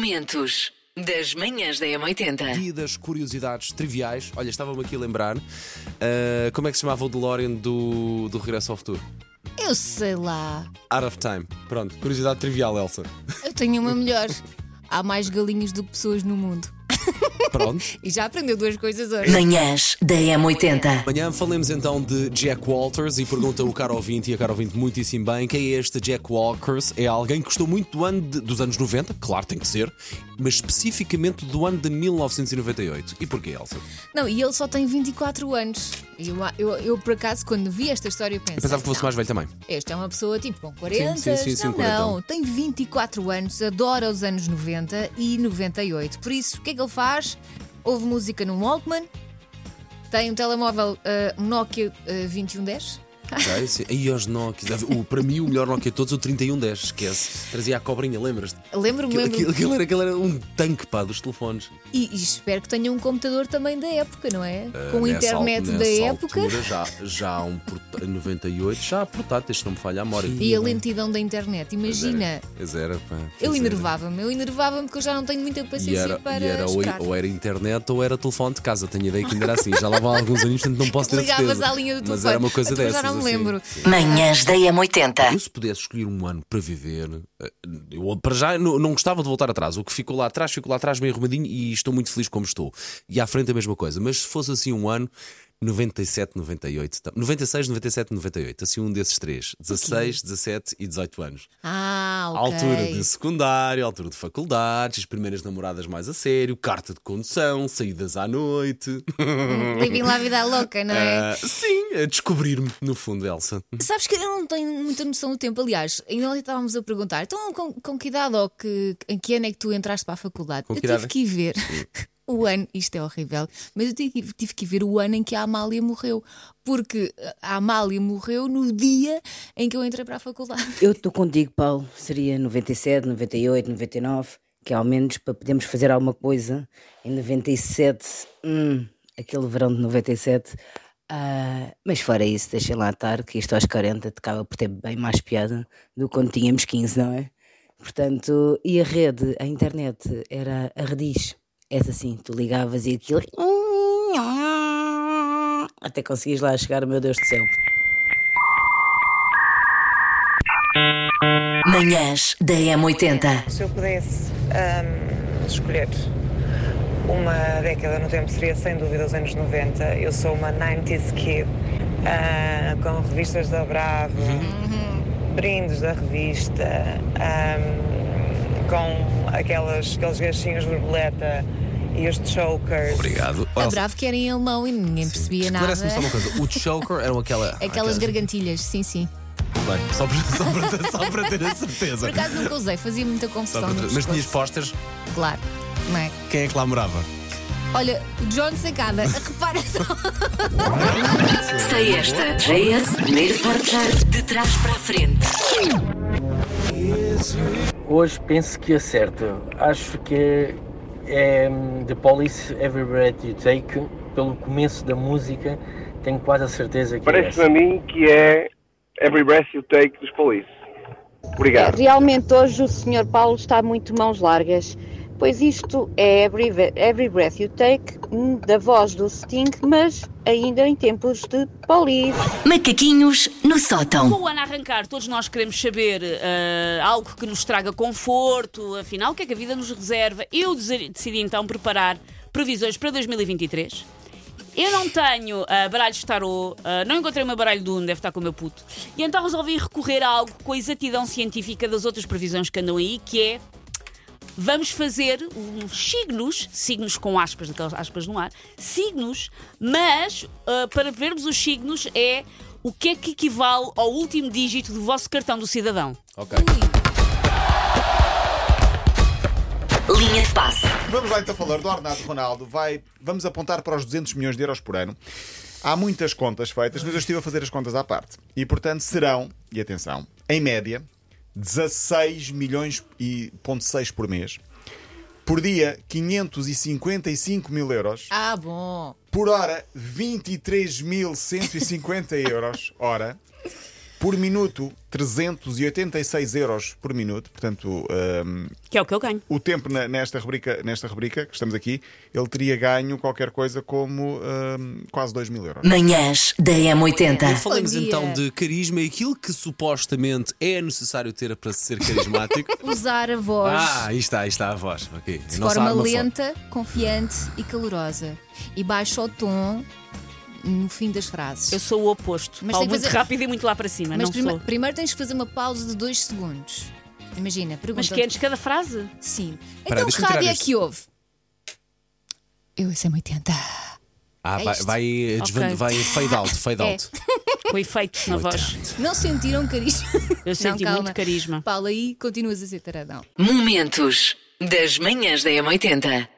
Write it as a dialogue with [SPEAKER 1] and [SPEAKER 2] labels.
[SPEAKER 1] Momentos das manhãs da M80.
[SPEAKER 2] E das curiosidades triviais, olha, estava-me aqui a lembrar ah, como é que se chamava o DeLorean do, do Regresso ao Futuro?
[SPEAKER 3] Eu sei lá.
[SPEAKER 2] Out of Time. Pronto, curiosidade trivial, Elsa.
[SPEAKER 3] Eu tenho uma melhor. Há mais galinhas do que pessoas no mundo.
[SPEAKER 2] Pronto.
[SPEAKER 3] E já aprendeu duas coisas hoje.
[SPEAKER 1] Manhãs da M80.
[SPEAKER 2] Amanhã falemos então de Jack Walters e pergunta o caro ouvinte e a caro ouvinte muitíssimo bem quem é este Jack Walters. É alguém que gostou muito do ano de- dos anos 90, claro, tem que ser, mas especificamente do ano de 1998. E porquê, Elsa?
[SPEAKER 3] Não, e ele só tem 24 anos. E eu, eu- eu, por acaso, quando vi esta história, eu pensei.
[SPEAKER 2] Eu pensava que fosse
[SPEAKER 3] "Não,
[SPEAKER 2] mais velho também.
[SPEAKER 3] Esta é uma pessoa tipo com 40.
[SPEAKER 2] Sim, sim, sim, sim,
[SPEAKER 3] não,
[SPEAKER 2] 40.
[SPEAKER 3] não. Tem 24 anos, adora os anos 90 e 98. Por isso, o que é que ele faz? Ouve música no Walkman, tem um telemóvel eh, um Nokia eh, 2110.
[SPEAKER 2] Ok, sim. E aos Nokia. O- Para mim, o melhor Nokia de todos, o 3110, esquece. Trazia a cobrinha, lembras-te?
[SPEAKER 3] Lembro-me,
[SPEAKER 2] Aquilo,
[SPEAKER 3] lembro-me.
[SPEAKER 2] aquilo- aquilo era, aquilo era um tanque pá, dos telefones.
[SPEAKER 3] E, e espero que tenha um computador também da época, não é? Com
[SPEAKER 2] Ah, Nessa
[SPEAKER 3] internet
[SPEAKER 2] al-
[SPEAKER 3] da
[SPEAKER 2] nessa
[SPEAKER 3] época
[SPEAKER 2] altura, já, já há um porta- 98, já há portáteis, se não me falha a memória.
[SPEAKER 3] e a lentidão da internet.
[SPEAKER 2] né? Pois era.
[SPEAKER 3] Imagina,
[SPEAKER 2] Pois era, pá.
[SPEAKER 3] eu
[SPEAKER 2] Pois era.
[SPEAKER 3] enervava-me, eu enervava-me porque eu já não tenho muita
[SPEAKER 2] E
[SPEAKER 3] paciência
[SPEAKER 2] era,
[SPEAKER 3] para
[SPEAKER 2] e era ou,
[SPEAKER 3] esperar.
[SPEAKER 2] ou era internet ou era telefone de casa. Tenho ideia que ainda era assim. Já lá vão alguns anos, portanto não posso ter
[SPEAKER 3] Ligavas
[SPEAKER 2] certeza.
[SPEAKER 3] à linha do telefone.
[SPEAKER 2] Mas era uma coisa
[SPEAKER 3] Então,
[SPEAKER 2] dessas.
[SPEAKER 3] Já não me
[SPEAKER 2] assim.
[SPEAKER 3] lembro.
[SPEAKER 1] Manhãs da M80.
[SPEAKER 2] Eu, se pudesse escolher um ano para viver, eh, eu, para já não, não gostava de voltar atrás. O que ficou lá atrás, ficou lá atrás bem arrumadinho e estou muito feliz como estou. E à frente a mesma coisa. Mas se fosse assim um ano, 97, 98. tá- 96, 97, 98. Assim um desses três. 16, 17 e 18 anos.
[SPEAKER 3] Ah,
[SPEAKER 2] A
[SPEAKER 3] ok.
[SPEAKER 2] Altura de secundário, a altura de faculdades, as primeiras namoradas mais a sério, carta de condução, saídas à noite.
[SPEAKER 3] Living lá a vida louca, não é?
[SPEAKER 2] Ah, sim, a descobrir-me, no fundo, Elsa.
[SPEAKER 3] Sabes que eu não tenho muita noção do tempo. Aliás, ainda ontem estávamos a perguntar: então, com, com que idade ou que, em que ano é que tu entraste para a faculdade?
[SPEAKER 2] Com
[SPEAKER 3] eu
[SPEAKER 2] que idade?
[SPEAKER 3] tive que ir ver o ano, isto é horrível, mas eu tive, tive que ir ver o ano em que a Amália morreu. Porque a Amália morreu no dia em que eu entrei para a faculdade.
[SPEAKER 4] Eu estou contigo, Paulo. Seria 97, 98, 99, que é ao menos para podermos fazer alguma coisa. Em 97, hum, aquele verão de 97. ah, mas fora isso, deixem lá estar, que isto aos 40 acaba por ter bem mais piada do que quando tínhamos 15, não é? Portanto, e a rede, a internet, era a rediz. És assim, tu ligavas e aquilo. Até conseguias lá chegar, meu Deus do céu.
[SPEAKER 1] Manhãs da M80.
[SPEAKER 5] Se eu pudesse ahm, escolher uma década no tempo, seria sem dúvida os anos 90. Eu sou uma 90s kid, ah, com revistas da Bravo, brindes da revista, ahm, com aquelas, aqueles gachinhos de borboleta e os chokers.
[SPEAKER 2] Obrigado.
[SPEAKER 3] A Bravo que era em alemão e ninguém percebia nada.
[SPEAKER 2] Esclarece-me só uma coisa. Ah, O choker eram aquela.
[SPEAKER 3] Aquelas gargantilhas, sim, sim.
[SPEAKER 2] Bem, só, para, só para- só para ter a certeza.
[SPEAKER 3] Por acaso nunca usei, fazia muita
[SPEAKER 2] Só
[SPEAKER 3] confusão.
[SPEAKER 2] para ter-
[SPEAKER 3] no
[SPEAKER 2] Mas
[SPEAKER 3] pescoço.
[SPEAKER 2] tinhas postas,
[SPEAKER 3] Claro, não é?
[SPEAKER 2] quem é que lá morava?
[SPEAKER 3] Olha, o John Sacada, repara só.
[SPEAKER 1] Sei esta. Foi esse primeiro forjar de trás para a frente.
[SPEAKER 6] Hoje penso que acerto. Acho que é hum, The Police Every Breath You Take. Pelo começo da música, tenho quase a certeza que é.
[SPEAKER 7] Parece-me
[SPEAKER 6] essa.
[SPEAKER 7] a mim que é Every Breath You Take dos Police. Obrigado.
[SPEAKER 8] Realmente hoje o Sr. Paulo está muito mãos largas, pois isto é Every, Ve- Every Breath You Take, hum, da voz do Sting, mas ainda em tempos de police.
[SPEAKER 1] Macaquinhos no sótão.
[SPEAKER 9] Com o ano a arrancar, todos nós queremos saber ah, algo que nos traga conforto, afinal, o que é que a vida nos reserva? Eu dese- decidi então preparar previsões para 2023. Eu não tenho ah, baralhos de tarô, ah, não encontrei o meu baralho de um, deve estar com o meu puto. E então resolvi recorrer a algo com a exatidão científica das outras previsões que andam aí, que é vamos fazer uns signos, signos com aspas, daquelas aspas no ar, signos, mas ah, para vermos os signos é o que é que equivale ao último dígito do vosso cartão do cidadão.
[SPEAKER 2] Ok.
[SPEAKER 1] Linha de passe.
[SPEAKER 10] Vamos lá então falar do Arnaldo Ronaldo. Vai, vamos apontar para os 200 milhões de euros por ano. Há muitas contas feitas, mas eu estive a fazer as contas à parte. E portanto serão, e atenção, em média, 16 milhões e ponto 6 por mês. Por dia, 555 mil euros.
[SPEAKER 3] Ah, bom.
[SPEAKER 10] Por hora, 23.150 euros. Ora, Por minuto, 386 euros por minuto. Portanto, hum,
[SPEAKER 9] Que é o que eu ganho.
[SPEAKER 10] o tempo na- nesta, rubrica, nesta rubrica que estamos aqui, ele teria ganho qualquer coisa como hum, quase 2 mil euros.
[SPEAKER 1] Manhãs da M80.
[SPEAKER 2] Falamos
[SPEAKER 3] Bom dia.
[SPEAKER 2] então de carisma e aquilo que supostamente é necessário ter para ser carismático.
[SPEAKER 3] Usar a voz
[SPEAKER 2] ah, aí está, aí está a voz. ok. A
[SPEAKER 3] de
[SPEAKER 2] nossa
[SPEAKER 3] forma
[SPEAKER 2] arma forte.
[SPEAKER 3] lenta, confiante e calorosa. E baixa o tom no fim das frases.
[SPEAKER 9] Eu sou o oposto.
[SPEAKER 3] Mas tem que
[SPEAKER 9] Mas Falo muito
[SPEAKER 3] fazer-
[SPEAKER 9] rápido e muito lá para cima.
[SPEAKER 3] Mas
[SPEAKER 9] não
[SPEAKER 3] prima-
[SPEAKER 9] sou.
[SPEAKER 3] primeiro tens que fazer uma pausa de dois segundos. Imagina, pergunta.
[SPEAKER 9] Mas que antes de cada frase?
[SPEAKER 3] Sim.
[SPEAKER 2] Espera,
[SPEAKER 3] então que
[SPEAKER 2] deixa-me
[SPEAKER 3] rádio
[SPEAKER 2] tirar
[SPEAKER 3] é
[SPEAKER 2] este.
[SPEAKER 3] que houve? Eu é sei 80.
[SPEAKER 2] Ah,
[SPEAKER 3] É
[SPEAKER 2] vai,
[SPEAKER 3] isto.
[SPEAKER 2] vai, eh, desvan-
[SPEAKER 9] Ok.
[SPEAKER 2] vai fade out, fade
[SPEAKER 3] É.
[SPEAKER 2] out.
[SPEAKER 9] Com efeito na voz.
[SPEAKER 3] Não sentiram carisma?
[SPEAKER 9] Eu senti
[SPEAKER 3] calma.
[SPEAKER 9] muito carisma.
[SPEAKER 3] Paulo, aí continuas a ser taradão.
[SPEAKER 1] Momentos das manhãs da M80.